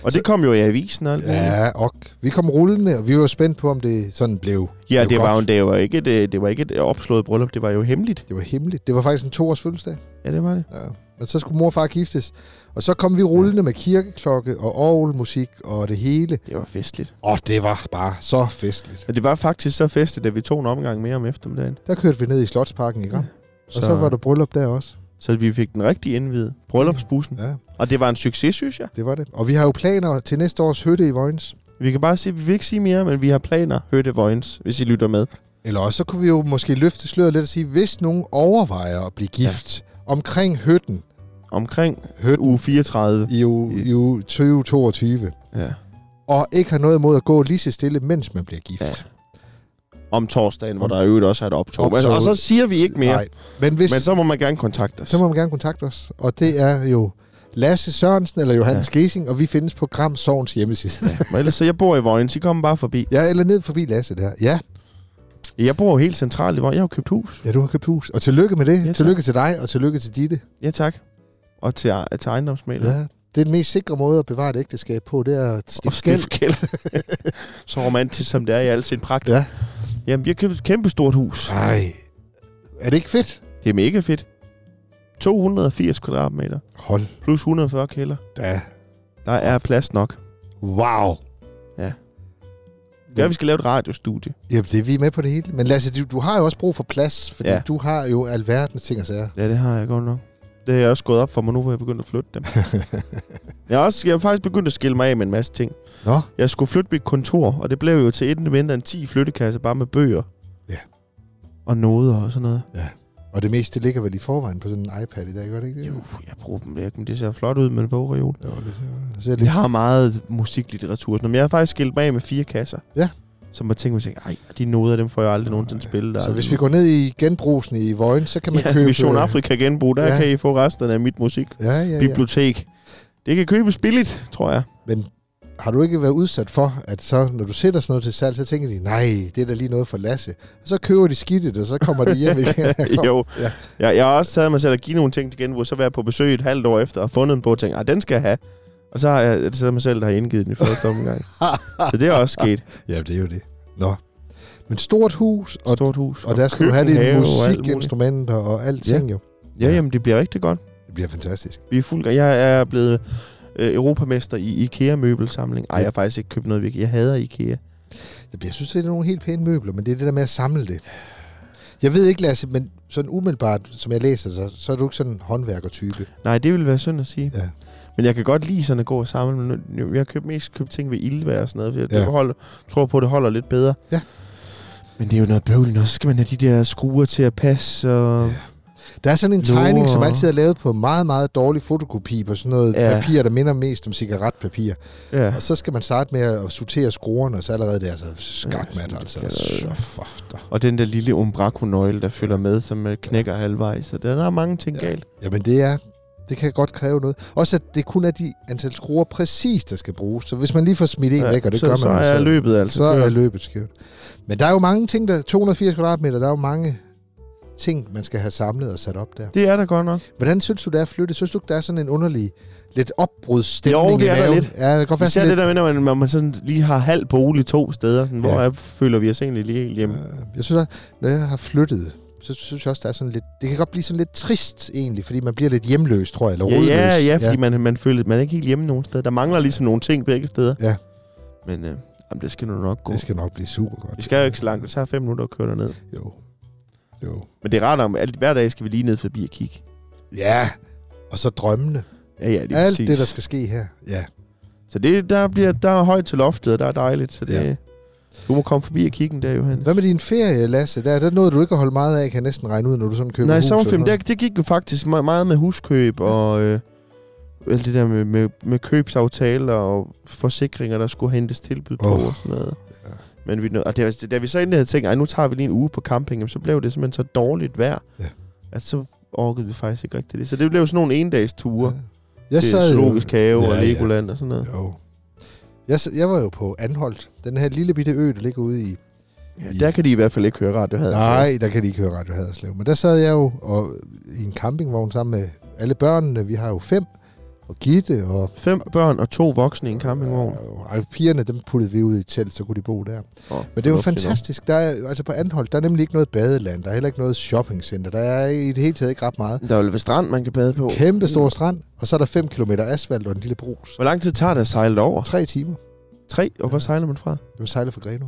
Speaker 1: Og det kom jo i avisen og alt muligt.
Speaker 2: Ja, og vi kom rullende, og vi var spændt på, om det sådan blev.
Speaker 1: Ja,
Speaker 2: jo
Speaker 1: det var, jo,
Speaker 2: godt.
Speaker 1: det var ikke et, øh, det var ikke et opslået bryllup, det var jo hemmeligt.
Speaker 2: Det var hemmeligt. Det var faktisk en toårs fødselsdag.
Speaker 1: Ja, det var det.
Speaker 2: Ja. Men så skulle mor og far giftes. Og så kom vi rullende med kirkeklokke og orgelmusik og det hele.
Speaker 1: Det var festligt.
Speaker 2: Og det var bare så festligt.
Speaker 1: Og det var faktisk så festligt, at vi tog en omgang mere om eftermiddagen.
Speaker 2: Der kørte vi ned i Slotsparken i Gram. Og så,
Speaker 1: så
Speaker 2: var der bryllup der også.
Speaker 1: Så vi fik den rigtige indvid. Bryllupsbussen.
Speaker 2: Ja,
Speaker 1: Og det var en succes, synes jeg.
Speaker 2: det var det. Og vi har jo planer til næste års hytte i Vojens.
Speaker 1: Vi kan bare sige, vi vil ikke sige mere, men vi har planer. Hørte Vojens, hvis I lytter med.
Speaker 2: Eller også så kunne vi jo måske løfte sløret lidt og sige, hvis nogen overvejer at blive gift ja. omkring hytten
Speaker 1: Omkring
Speaker 2: Høtten.
Speaker 1: uge 34.
Speaker 2: i, u- i u- 2022,
Speaker 1: Ja.
Speaker 2: og ikke har noget imod at gå lige så stille, mens man bliver gift.
Speaker 1: Ja. Om torsdagen, hvor der i øvrigt også er et optog.
Speaker 2: Optog.
Speaker 1: optog. Og så siger vi ikke mere.
Speaker 2: Nej. Men hvis,
Speaker 1: Men så må man gerne kontakte os.
Speaker 2: så må man gerne kontakte os. Og det er jo Lasse Sørensen eller Johannes ja. Gesing, og vi findes på Gram Sovens hjemmeside. *laughs*
Speaker 1: Men ellers, så jeg bor i Vojens. I kommer bare forbi.
Speaker 2: Ja. ja, eller ned forbi Lasse der. Ja,
Speaker 1: Jeg bor jo helt centralt i Vojens. Jeg har jo købt hus.
Speaker 2: ja du har købt hus. Og tillykke med det.
Speaker 1: Ja,
Speaker 2: Ja,
Speaker 1: tak.
Speaker 2: tillykke til dig, og tillykke til Ditte.
Speaker 1: Ja, tak. Og til, ej- til ejendomsmæler.
Speaker 2: Ja. Det er den mest sikre måde at bevare et ægteskab på, det er at
Speaker 1: Og
Speaker 2: stifte gæld.
Speaker 1: Steff Kjeld. *laughs* så romantisk som det er i al sin pragt.
Speaker 2: Ja.
Speaker 1: Jamen, vi har købt et kæmpestort hus.
Speaker 2: Ej, er det ikke fedt?
Speaker 1: Det er mega fedt. 280 kvadratmeter.
Speaker 2: Hold
Speaker 1: Plus 140 kælder.
Speaker 2: da.
Speaker 1: Der er plads nok.
Speaker 2: Wow.
Speaker 1: Ja, vi skal lave et radiostudie.
Speaker 2: Jamen, det er vi med på det hele. Men Lasse, du, du har jo også brug for plads, fordi
Speaker 1: Ja.
Speaker 2: ja. du har jo alverdens ting og sager.
Speaker 1: Ja, det har jeg godt nok. Det har jeg også gået op for mig nu, hvor jeg er begyndt at flytte *laughs* dem. jeg har også, jeg har faktisk begyndt at skille mig af med en masse ting.
Speaker 2: Nå,
Speaker 1: Jeg skulle flytte mit kontor, og det blev jo til et mindre end 10 flyttekasser, bare med bøger.
Speaker 2: Ja.
Speaker 1: Og noder og sådan noget.
Speaker 2: og det meste ligger vel i forvejen på sådan en iPad i dag, gør det ikke det?
Speaker 1: Jo, jeg bruger dem ikke, men det ser flot ud med en bogreol.
Speaker 2: Jo, det ser, det ser lidt
Speaker 1: Jeg har meget musiklitteratur, og sådan noget, men jeg har faktisk skilt mig af med fire kasser.
Speaker 2: Ja.
Speaker 1: Som jeg tænkte, at ej, og de noder, dem får jeg aldrig nogensinde spillet.
Speaker 2: Så hvis vi går ned i genbrugsen i Vojens, så kan man
Speaker 1: ja,
Speaker 2: købe...
Speaker 1: Mission Afrika genbrug, der ja.
Speaker 2: Ja.
Speaker 1: kan I få resten af mit musikbibliotek.
Speaker 2: Ja, ja, ja.
Speaker 1: Det kan købes billigt, tror jeg.
Speaker 2: Men har du ikke været udsat for, at så, når du sætter sådan noget til salg, så tænker de, nej, det er da lige noget for Lasse. Og så køber de skidtet, og så kommer de hjem igen.
Speaker 1: *laughs* jo. Ja.
Speaker 2: *laughs* Ja.
Speaker 1: Jeg, jeg har også taget mig selv at give nogle ting til genbrug, så være på besøg et halvt år efter og fundet en bog og tænkt, "Ej, den skal jeg have. Og så har jeg taget mig selv, der har indgivet den i første
Speaker 2: *laughs*
Speaker 1: omgang. så det er også sket.
Speaker 2: ja, det er jo det. Nå. Men stort hus, og,
Speaker 1: Stort hus.
Speaker 2: og der skal du have
Speaker 1: køkkenhave
Speaker 2: dine
Speaker 1: og alt muligt.
Speaker 2: musikinstrumenter og alting jo.
Speaker 1: Ja, jamen, det bliver rigtig godt.
Speaker 2: Det bliver fantastisk.
Speaker 1: Vi er fuld gang. Jeg er blevet øh, europamester i IKEA-møbelsamling. Ej, jeg har faktisk ikke købt noget virkelig. Jeg hader IKEA.
Speaker 2: Jeg synes, det er nogle helt pæne møbler, men det er det der med at samle det. Jeg ved ikke, Lasse, men sådan umiddelbart, som jeg læser, så, så er du ikke sådan en håndværker-type.
Speaker 1: Nej, det ville være synd at sige.
Speaker 2: Ja.
Speaker 1: Men jeg kan godt lide sådan at gå sammen. Men nu- jeg har købt mest købt ting ved Ilva og sådan noget, fordi ja.
Speaker 2: Ja.
Speaker 1: det holder, tror på, at det holder lidt bedre.
Speaker 2: Ja.
Speaker 1: Men det er jo noget bøvligt, og så skal man have de der skruer til at passe. Og... Ja.
Speaker 2: Der er sådan en
Speaker 1: Nå.
Speaker 2: tegning, som altid er lavet på meget, meget dårlig fotokopi på sådan noget
Speaker 1: Ja.
Speaker 2: ja. papir, der minder mest om cigaretpapir.
Speaker 1: ja.
Speaker 2: Og så skal man starte med at sortere skruerne, og så allerede der, så skakmat,
Speaker 1: Ja,
Speaker 2: altså.
Speaker 1: det
Speaker 2: Så
Speaker 1: er-
Speaker 2: for da.
Speaker 1: Og den der lille umbraco-nøgle, der følger med, som øh, knækker halvvejs. Så der, der er mange ting
Speaker 2: Ja.
Speaker 1: galt.
Speaker 2: Jamen det er, det kan godt kræve noget. Også at det kun er de antal skruer præcis, der skal bruges. Så hvis man lige får smidt en ja, væk, og det
Speaker 1: så,
Speaker 2: gør man
Speaker 1: så
Speaker 2: jo,
Speaker 1: er løbet altså.
Speaker 2: så er
Speaker 1: kørt.
Speaker 2: løbet skævt. Men der er jo mange ting, der 280 kvadratmeter, der er jo mange ting, man skal have samlet og sat op der.
Speaker 1: Det er der godt nok.
Speaker 2: Hvordan synes du, det er at flytte? Synes du, ikke, der er sådan en underlig, lidt opbrudsstemning
Speaker 1: Jo, det er
Speaker 2: i
Speaker 1: der
Speaker 2: maven?
Speaker 1: lidt.
Speaker 2: Ja, det kan godt være
Speaker 1: Især
Speaker 2: sådan
Speaker 1: det
Speaker 2: lidt.
Speaker 1: der med, når man, når man sådan lige har halv bolig to steder. Sådan, hvor
Speaker 2: Ja.
Speaker 1: er, føler vi os egentlig lige helt hjemme?
Speaker 2: Øh, Jeg synes, at når jeg har flyttet, så synes jeg også, der er sådan lidt... Det kan godt blive sådan lidt trist, egentlig, fordi man bliver lidt hjemløs, tror jeg, eller
Speaker 1: Ja,
Speaker 2: rodløs.
Speaker 1: ja, ja, fordi Man, man føler, at man er ikke helt hjemme nogen steder. Der mangler ligesom nogle ting begge steder.
Speaker 2: Ja.
Speaker 1: Men øh, jamen, det skal nu nok gå.
Speaker 2: Det skal nok blive super godt.
Speaker 1: Vi skal jo ikke så langt. Det tager fem minutter at køre derned.
Speaker 2: Jo. Jo.
Speaker 1: Men det er rart om, at hver dag skal vi lige ned forbi og kigge.
Speaker 2: Ja. Og så drømmene.
Speaker 1: Ja, ja, det er
Speaker 2: Alt
Speaker 1: præcis.
Speaker 2: det, der skal ske her. Ja.
Speaker 1: Så det, der, bliver, der er højt til loftet, og der er dejligt. Så det, ja.
Speaker 2: Ja.
Speaker 1: Du må komme forbi og kigge en dag, Johan.
Speaker 2: Hvad med din ferie, Lasse? Der, der er noget, du ikke har holdt meget af, kan jeg næsten regne ud, når du sådan køber
Speaker 1: Nej,
Speaker 2: hus. og
Speaker 1: sommerfilm,
Speaker 2: sådan
Speaker 1: det, det gik jo faktisk me- meget med huskøb og øh, alt det der med, med, med købsaftaler og forsikringer, der skulle hentes tilbud på
Speaker 2: Åh,
Speaker 1: og sådan noget.
Speaker 2: ja.
Speaker 1: Men vi, nå- og det, var- da vi så endelig havde tænkt, at nu tager vi lige en uge på camping, jamen, så blev det simpelthen så dårligt vejr,
Speaker 2: Ja.
Speaker 1: at så orkede vi faktisk ikke rigtig det. Så det blev sådan nogle endags ture.
Speaker 2: noget. Ja. Jeg
Speaker 1: til
Speaker 2: sad jo...
Speaker 1: Zoologisk Have
Speaker 2: Ja,
Speaker 1: og
Speaker 2: ja.
Speaker 1: Legoland og sådan noget.
Speaker 2: jo. Jeg, sad, jeg var jo på Anholdt. Den her lille bitte ø, der ligger ude i
Speaker 1: Ja, der kan de i hvert fald ikke høre radio. havde jeg sagt.
Speaker 2: Nej, der kan de ikke høre Radio Haderslev. Men der sad jeg jo og, i en campingvogn sammen med alle børnene. Vi har jo fem. Og Gitte og...
Speaker 1: Fem børn og to voksne i en campingvogn.
Speaker 2: Og, og pigerne, dem puttede vi ud i et telt, så kunne de bo der.
Speaker 1: Åh,
Speaker 2: Men det var
Speaker 1: fornuftigt nok.
Speaker 2: fantastisk. Der er, altså på Anholdt, der er nemlig ikke noget badeland. Der er heller ikke noget shoppingcenter. Der er i det hele taget ikke ret meget.
Speaker 1: Der er jo ved strand, man kan bade på. Mm.
Speaker 2: Kæmpe stor strand, og så er der 5 km asfalt og en lille brus.
Speaker 1: Hvor lang tid tager det at sejle over?
Speaker 2: Tre timer.
Speaker 1: Tre? Og hvor
Speaker 2: Ja.
Speaker 1: sejler man fra?
Speaker 2: Det var sejlet fra Grenaa.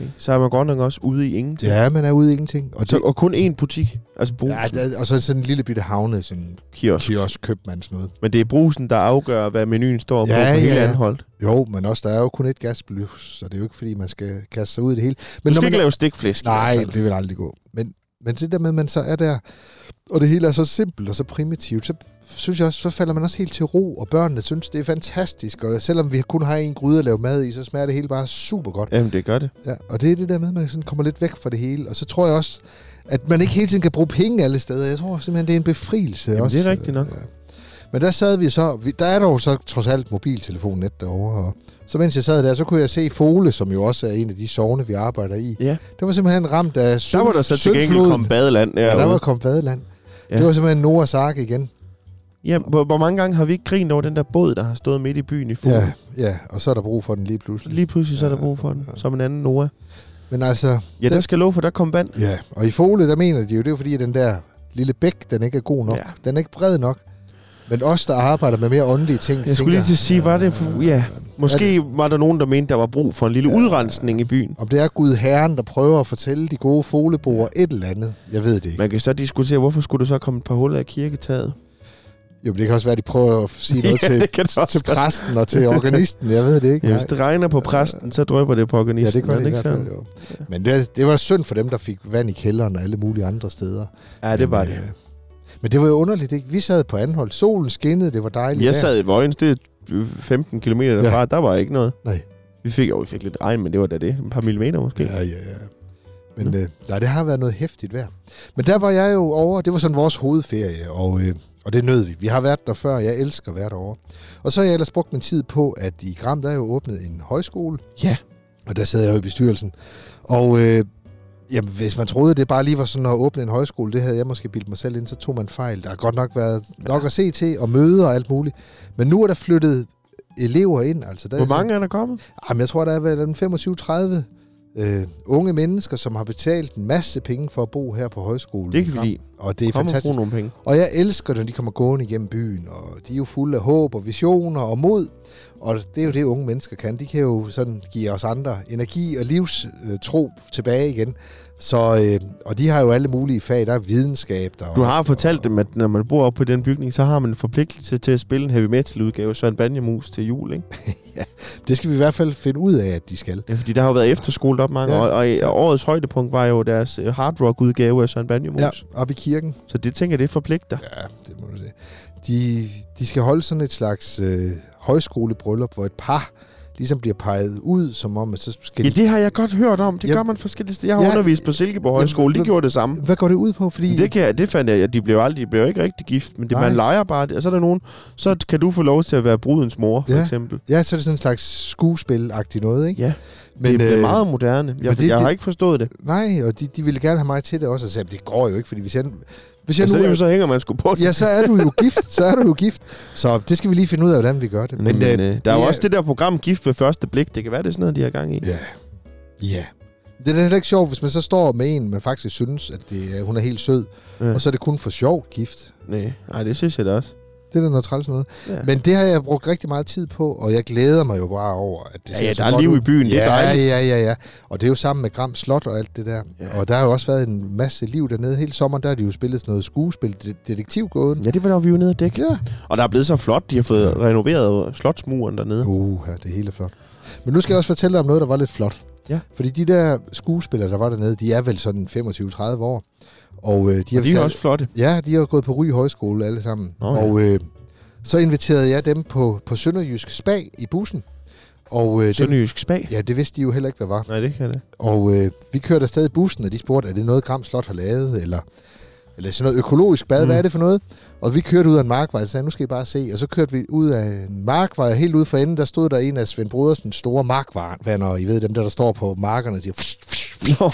Speaker 1: Okay. Så er man godt nok også ude i ingenting.
Speaker 2: Ja, man er ude i ingenting. Og,
Speaker 1: Så,
Speaker 2: det,
Speaker 1: og kun én butik, altså brusen,
Speaker 2: ja,
Speaker 1: ja,
Speaker 2: der, og så sådan en lille bitte havne, sådan en
Speaker 1: kiosk.
Speaker 2: kiosk, købmand, sådan noget.
Speaker 1: Men det er brusen, der afgør, hvad menuen står på
Speaker 2: Ja,
Speaker 1: på hele
Speaker 2: ja.
Speaker 1: Anholdt. Du
Speaker 2: Jo, men også, der er jo kun et gasblus, så det er jo ikke, fordi man skal kaste sig ud i det hele.
Speaker 1: men
Speaker 2: Men
Speaker 1: skal
Speaker 2: man
Speaker 1: ikke lave stikflæsk. i
Speaker 2: Nej,
Speaker 1: hvert fald.
Speaker 2: det vil aldrig gå. Men, men det der med, at man så er der, og det hele er så simpelt og så primitivt, så synes jeg også, så falder man også helt til ro, og børnene synes, det er fantastisk. Og selvom vi kun har en gryde at lave mad i, så smager det hele bare super godt.
Speaker 1: Jamen, det gør det.
Speaker 2: Ja, og det er det der med, at man sådan kommer lidt væk fra det hele. Og så tror jeg også, at man ikke hele tiden kan bruge penge alle steder. Jeg tror simpelthen, det er en befrielse
Speaker 1: Jamen,
Speaker 2: også. øh,
Speaker 1: det er rigtigt nok.
Speaker 2: Ja. Men der sad vi så, vi- der er dog så trods alt mobiltelefonnet derovre. Og så mens jeg sad der, så kunne jeg se Fole, som jo også er en af de sovne, vi arbejder i.
Speaker 1: Ja.
Speaker 2: Det var simpelthen ramt af
Speaker 1: Der
Speaker 2: søl,
Speaker 1: var der så til gengæld kommet badeland
Speaker 2: Ja,
Speaker 1: derude.
Speaker 2: der var kommet badeland.
Speaker 1: Ja.
Speaker 2: Ja. Det var simpelthen Noahs Ark igen.
Speaker 1: ja, hvor, hvor, mange gange har vi ikke grinet over den der båd, der har stået midt i byen i fuld?
Speaker 2: Ja, ja, og så er der brug for den lige
Speaker 1: Så
Speaker 2: pludselig.
Speaker 1: lige pludselig så er der brug for den,
Speaker 2: Ja.
Speaker 1: som en anden Noah.
Speaker 2: Men altså,
Speaker 1: Ja, der
Speaker 2: Den-
Speaker 1: skal jeg love for, der kom vand.
Speaker 2: ja. og i Fole, der mener de jo, det er jo fordi, at den der lille bæk, den ikke er god nok.
Speaker 1: Ja.
Speaker 2: Den er ikke bred nok. Men os, der arbejder med mere åndelige ting,
Speaker 1: Jeg skulle lige til at sige, var det... For, ja, måske var der nogen, der mente, der var brug for en lille
Speaker 2: Ja.
Speaker 1: udrensning i byen.
Speaker 2: om det er Gud Herren, der prøver at fortælle de gode foleboer et eller andet. Jeg ved det ikke.
Speaker 1: Man kan så diskutere, hvorfor skulle der så komme et par huller af kirketaget?
Speaker 2: Jo, men det kan også være, at de prøver
Speaker 1: *laughs*
Speaker 2: at sige noget
Speaker 1: ja,
Speaker 2: til,
Speaker 1: det kan det også
Speaker 2: til præsten og til organisten. Jeg ved det ikke.
Speaker 1: Ja,
Speaker 2: Nej.
Speaker 1: hvis det regner på præsten, så drøber det på organisten.
Speaker 2: Ja, det gør
Speaker 1: er
Speaker 2: det i
Speaker 1: ikke
Speaker 2: hvert fald,
Speaker 1: sådan?
Speaker 2: jo. Men det, det var synd for dem, der fik vand i kælderen og alle mulige andre steder.
Speaker 1: Ja, det var
Speaker 2: men,
Speaker 1: det.
Speaker 2: øh, Men det var jo underligt, ikke? Vi sad på anhold. Solen skinnede, det var dejligt.
Speaker 1: Jeg
Speaker 2: vejr.
Speaker 1: sad i Vojens, det er 15 km derfra, der var ikke noget.
Speaker 2: Nej.
Speaker 1: Vi fik, jo, vi fik lidt regn, men det var da det. Et par millimeter måske. Ja.
Speaker 2: Ja, ja, ja. Men øh, nej, det har været noget hæftigt vejr. Men der var jeg jo over, det var sådan vores hovedferie, og, øh, og det nød vi. Vi har været der før, jeg elsker at være derovre. Og så har jeg ellers brugt min tid på, at i Gram, der er jo åbnet en højskole.
Speaker 1: Ja.
Speaker 2: Og der sidder jeg jo i bestyrelsen. Og øh, jamen, hvis man troede, det bare lige var sådan at åbne en højskole, det havde jeg måske bildt mig selv ind, så tog man fejl. Der har godt nok været nok at se til, og møder og alt muligt. Men nu er der flyttet elever ind. Altså, der er
Speaker 1: Hvor
Speaker 2: sådan-
Speaker 1: mange er der kommet?
Speaker 2: Jamen, jeg tror, der er vel en 25-30 øh, unge mennesker, som har betalt en masse penge for at bo her på højskolen.
Speaker 1: Det kan vi lide.
Speaker 2: Og det er
Speaker 1: Kom og
Speaker 2: fantastisk.
Speaker 1: brug nogle penge.
Speaker 2: Og jeg elsker, når de kommer gående igennem byen, og de er jo fulde af håb og visioner og mod. Og det er jo det, unge mennesker kan. De kan jo sådan give os andre energi og livstro tilbage igen. Så, øh, og de har jo alle mulige fag. Der er videnskab. Der er-
Speaker 1: Du har fortalt dem, at når man bor oppe på den bygning, så har man en forpligtelse til at spille en heavy metal udgave, så en banjemus til jul, ikke?
Speaker 2: Det skal vi i hvert fald finde ud af, at de skal.
Speaker 1: Ja, fordi der har jo været efterskole op mange
Speaker 2: Ja.
Speaker 1: ja. år, og, og, årets højdepunkt var jo deres øh, hard rock udgave af Søren Banjemus.
Speaker 2: Ja,
Speaker 1: Ja.
Speaker 2: op i kirken.
Speaker 1: Så det tænker jeg, det forpligter.
Speaker 2: Ja, det må du sige. De, de skal holde sådan et slags øh, højskolebryllup, hvor et par ligesom bliver peget ud, som om, at så skal
Speaker 1: Ja,
Speaker 2: de...
Speaker 1: det har jeg godt hørt om. Det
Speaker 2: Jamen-
Speaker 1: gør man forskellige steder. Jeg har
Speaker 2: Ja,
Speaker 1: undervist på Silkeborg
Speaker 2: jamen,
Speaker 1: Højskole, de
Speaker 2: men-
Speaker 1: gjorde det samme.
Speaker 2: Hvad går det ud på? Fordi
Speaker 1: Det, kan jeg, det fandt jeg, at de blev aldrig, de blev ikke rigtig gift, men det,
Speaker 2: Nej.
Speaker 1: man leger bare, og så er der nogen, så kan du få lov til at være brudens mor, for
Speaker 2: Ja.
Speaker 1: eksempel.
Speaker 2: Ja, så er det sådan en slags skuespil-agtigt noget, ikke?
Speaker 1: Ja,
Speaker 2: men, øh,
Speaker 1: det, det er meget moderne. Jeg,
Speaker 2: men det-
Speaker 1: det, jeg har
Speaker 2: det-
Speaker 1: ikke forstået det.
Speaker 2: Nej, og de, de ville gerne have mig til det også. Og så sagde, jeg, det går jo ikke, fordi hvis jeg... Hvis jeg
Speaker 1: Og så, er
Speaker 2: nu,
Speaker 1: det Altså, jo,
Speaker 2: er,
Speaker 1: så hænger man sgu på det.
Speaker 2: ja, så er du jo gift, så er du jo gift. Så det skal vi lige finde ud af, hvordan vi gør det.
Speaker 1: Men, men øh, der er jo
Speaker 2: ja,
Speaker 1: også det der program Gift ved første blik. Det kan være, det er sådan noget, de har gang i.
Speaker 2: Ja. Ja. Det er da heller ikke sjovt, hvis man så står med en, man faktisk synes, at det, er- hun er helt sød,
Speaker 1: Ja.
Speaker 2: og så er det kun for sjovt gift.
Speaker 1: Nej, Ej, det synes jeg da også.
Speaker 2: Det er da noget træls noget.
Speaker 1: Ja.
Speaker 2: Men det har jeg brugt rigtig meget tid på, og jeg glæder mig jo bare over, at det
Speaker 1: Ja,
Speaker 2: ser
Speaker 1: ja,
Speaker 2: så
Speaker 1: der er
Speaker 2: godt
Speaker 1: liv
Speaker 2: ud.
Speaker 1: i byen, det er
Speaker 2: Ja,
Speaker 1: dejligt.
Speaker 2: ja, ja, ja. Og det er jo sammen med Gram Slot og alt det der. Ja.
Speaker 1: Ja.
Speaker 2: Og der har jo også været en masse liv dernede. Hele sommeren, der har de jo spillet sådan noget skuespil, de- detektivgåden.
Speaker 1: Ja, det var der, vi var nede og dække.
Speaker 2: Ja.
Speaker 1: Og der er blevet så flot, de har fået renoveret slotsmuren dernede.
Speaker 2: Uh, ja, det hele er flot. Men nu skal jeg også fortælle dig om noget, der var lidt flot.
Speaker 1: Ja.
Speaker 2: Fordi de der skuespillere, der var dernede, de er vel sådan 25-30 år. Og øh, de har
Speaker 1: Og de er
Speaker 2: fortalt-
Speaker 1: også flotte.
Speaker 2: Ja, de har gået på Ry Højskole alle sammen.
Speaker 1: Nå, ja.
Speaker 2: og øh, så inviterede jeg dem på, på Sønderjysk Spa i bussen. Og øh, det,
Speaker 1: Sønderjysk spag.
Speaker 2: ja, det vidste de jo heller ikke, hvad var.
Speaker 1: Nej, det kan det.
Speaker 2: Og øh, vi kørte afsted i bussen, og de spurgte, er det noget Gram Slot har lavet, eller, eller sådan noget økologisk bad, mm.
Speaker 1: Mm.
Speaker 2: hvad er det for noget? Og vi kørte ud af en markvej, og sagde, nu skal I bare se. Og så kørte vi ud af en markvej, og helt ude for enden, der stod der en af Svend Brodersens store markvander, I ved dem der, der står på markerne og siger, "Fst, fst, fst."
Speaker 1: Nå,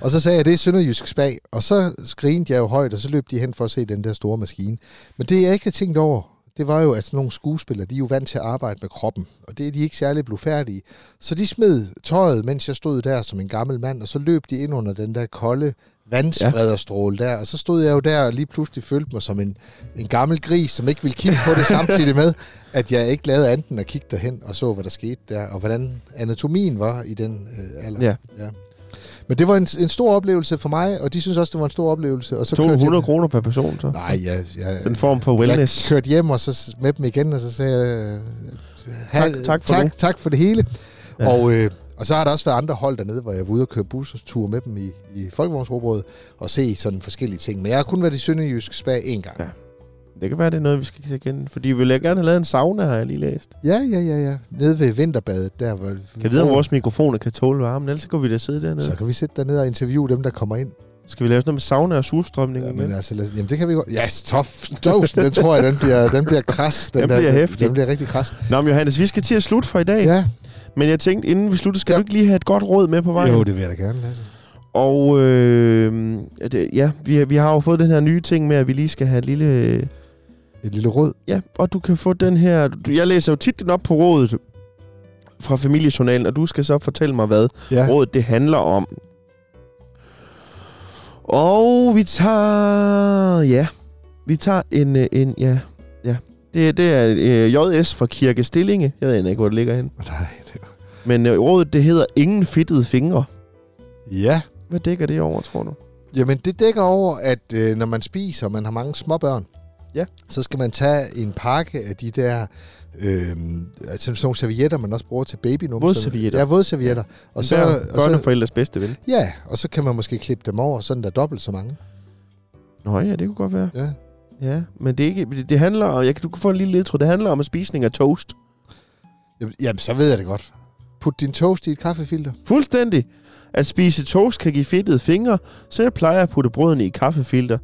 Speaker 2: Og så sagde jeg, det er Sønderjysk Spa. Og så skrinte jeg jo højt, og så løb de hen for at se den der store maskine. Men det, jeg ikke havde tænkt over, det var jo, at sådan nogle skuespillere, de er jo vant til at arbejde med kroppen. Og det er de ikke særlig blufærdige. Så de smed tøjet, mens jeg stod der som en gammel mand, og så løb de ind under den der kolde vandsprederstråle der. Og så stod jeg jo der og lige pludselig følte mig som en, en gammel gris, som ikke ville kigge på det samtidig med, at jeg ikke lavede andet end at kigge derhen og så, hvad der skete der, og hvordan anatomien var i den øh, alder.
Speaker 1: ja.
Speaker 2: Men det var en, en stor oplevelse for mig, og de synes også, det var en stor oplevelse. Og *laughs* så kørte
Speaker 1: 200
Speaker 2: jeg,
Speaker 1: kroner per person, så.
Speaker 2: Nej, jeg, jeg,
Speaker 1: Den form for wellness.
Speaker 2: jeg kørte hjem og så s- med dem igen, og så sagde jeg... øh,
Speaker 1: Tak- tak for
Speaker 2: tak,
Speaker 1: det.
Speaker 2: tak for det hele. Ja.
Speaker 1: Ja.
Speaker 2: Og, øh, og så har der også været andre hold dernede, hvor jeg var ude og køre busture med dem i, i Folkevognsråbrødet og se sådan forskellige ting. Men jeg har kun været i Sønderjysk Spa én gang.
Speaker 1: Ja. Det kan være, det er noget, vi skal se igen. Fordi vi ville gerne have lavet en sauna, har jeg lige læst.
Speaker 2: Ja, ja, ja, ja. Nede ved vinterbadet, der Mm. hvor...
Speaker 1: Kan vi vide, om vores mikrofoner kan tåle varmen? Ellers så kunne vi da sidde dernede.
Speaker 2: Så kan vi sidde dernede og interviewe dem, der kommer ind.
Speaker 1: Skal vi lave sådan noget med sauna og surstrømning
Speaker 2: Ja,
Speaker 1: igen?
Speaker 2: men altså, lad, os- jamen det kan vi godt. Ja, yes, dosen, den tror jeg, den bliver, den bliver kras. Den,
Speaker 1: Den
Speaker 2: der,
Speaker 1: bliver
Speaker 2: den-
Speaker 1: heftig.
Speaker 2: Den bliver rigtig kras.
Speaker 1: Nå, men Johannes, vi skal til at slutte for i dag.
Speaker 2: Ja,
Speaker 1: Men jeg tænkte, inden vi slutter, skal
Speaker 2: Ja.
Speaker 1: du ikke lige have et godt råd med på vejen?
Speaker 2: jo, det vil jeg da gerne, altså. Lasse.
Speaker 1: Og øh, at, øh, ja, vi, vi har jo fået den her nye ting med, at vi lige skal have et lille... øh,
Speaker 2: Et lille rød.
Speaker 1: Ja, og du kan få den her... du- Jeg læser jo tit den op på rådet fra familiejournalen, og du skal så fortælle mig, hvad
Speaker 2: Ja,
Speaker 1: rådet det handler om. Og vi tager... Ja, vi tager en... øh, en ja, ja. Det, det er øh, JS fra Kirke Stillinge. Jeg ved ikke, hvor det ligger henne.
Speaker 2: nej. Det var...
Speaker 1: Men øh, rådet, det hedder Ingen Fittede Fingre.
Speaker 2: Ja,
Speaker 1: Hvad dækker det over, tror du?
Speaker 2: jamen det dækker over, at øh, når man spiser, og man har mange småbørn,
Speaker 1: Ja.
Speaker 2: så skal man tage en pakke af de der... Øh, altså sådan nogle servietter, man også bruger til babynumserne.
Speaker 1: Vådservietter.
Speaker 2: Ja, vådservietter. Og så, og så,
Speaker 1: børneforældres bedste ven.
Speaker 2: ja, og så kan man måske klippe dem over, sådan der er dobbelt så mange.
Speaker 1: Nå ja, det kunne godt være.
Speaker 2: Ja.
Speaker 1: Ja, men det, er ikke, det, det handler om, jeg, kan- du kan få en lille ledtråd, det handler om en spisning af toast.
Speaker 2: Jamen, jamen, så ved jeg det godt. Put din toast i et kaffefilter.
Speaker 1: Fuldstændig. At spise toast kan give fedtede fingre, så jeg plejer at putte brødene i kaffefilter.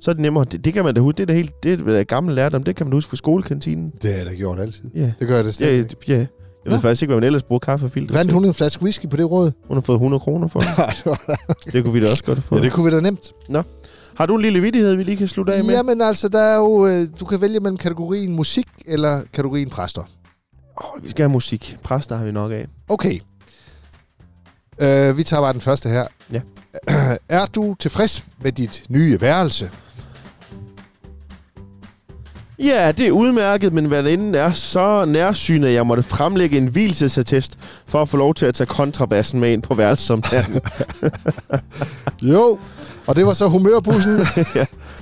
Speaker 1: Så er det nemmere. Det, det kan man da huske. Det er da helt det er da gammel lært om. Det kan man huske fra skolekantinen.
Speaker 2: Det har jeg da gjort altid.
Speaker 1: Ja.
Speaker 2: Det gør jeg da
Speaker 1: Ja,
Speaker 2: slet
Speaker 1: ja,
Speaker 2: ikke.
Speaker 1: ja. Jeg ved
Speaker 2: Nå.
Speaker 1: faktisk ikke, hvad man ellers bruger kaffefilter
Speaker 2: Vandt
Speaker 1: til.
Speaker 2: hun en flaske whisky på det råd?
Speaker 1: Hun har fået 100 kroner for.
Speaker 2: *laughs* Nej, det var da-
Speaker 1: det kunne vi da også godt have
Speaker 2: *laughs* ja,
Speaker 1: fået.
Speaker 2: det kunne vi da nemt.
Speaker 1: Har du en lille vittighed, vi lige kan slutte af med?
Speaker 2: Jamen altså, der er jo, øh, du kan vælge mellem kategorien musik eller kategorien præster.
Speaker 1: Oh, vi skal have musik. Præster har vi nok af.
Speaker 2: Okay. Øh, vi tager bare den første her.
Speaker 1: Ja.
Speaker 2: *clears throat* er du tilfreds med dit nye værelse?
Speaker 1: *laughs* Ja, det er udmærket, men hvad inden er så nærsynet, at jeg måtte fremlægge en hvilesesattest for at få lov til at tage kontrabassen med ind på værelset som der.
Speaker 2: Jo. Og det var så humørbussen.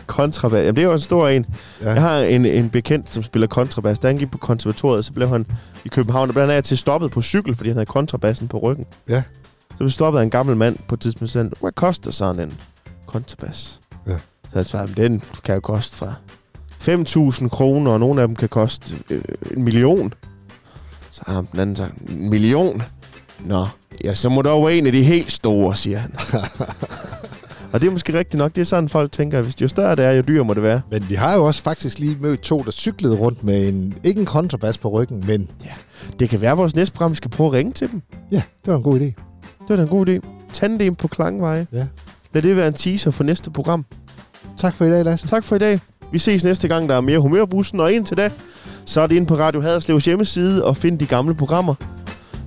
Speaker 1: kontrabass. Jamen, det er jo en stor en.
Speaker 2: Ja.
Speaker 1: *laughs* Ja. Jeg har en, en bekendt, som spiller kontrabas. Da han gik på konservatoriet, så blev han i København, og blandt andet til stoppet på cykel, fordi han havde kontrabassen på ryggen.
Speaker 2: Ja.
Speaker 1: Så blev stoppet af en gammel mand på et tidspunkt, og sagde, han, hvad koster sådan en kontrabas?
Speaker 2: Ja.
Speaker 1: Så han svarede, "Men den kan jo koste fra 5.000 kroner, og nogle af dem kan koste øh, en million. Så har ham den anden sagt, en million? Nå, ja, så må der jo være en af de helt store, siger
Speaker 2: *laughs*
Speaker 1: han. og det er måske rigtigt nok, det er sådan folk tænker, hvis jo større det er, jo dyrere må det være.
Speaker 2: men vi har jo også faktisk lige mødt to, der cyklede rundt med en, ikke en kontrabas på ryggen, men
Speaker 1: Det kan være, at vores næste program vi skal prøve at ringe til dem.
Speaker 2: ja, det var en god idé.
Speaker 1: Det var da en god idé. Tandem på Klangveje.
Speaker 2: Ja.
Speaker 1: Lad det være en teaser for næste program.
Speaker 2: Tak for i dag, Lasse.
Speaker 1: Tak for i dag. Vi ses næste gang, der er mere humørbussen. Og indtil da, så er det inde på Radio Haderslevs hjemmeside og find de gamle programmer.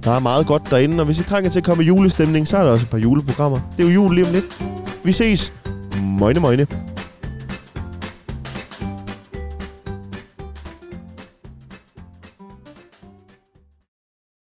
Speaker 1: Der er meget godt derinde, og hvis I trænger til at komme i julestemning, så er der også et par juleprogrammer. Det er jo jul lige om lidt. Vi ses. Møgne, møgne.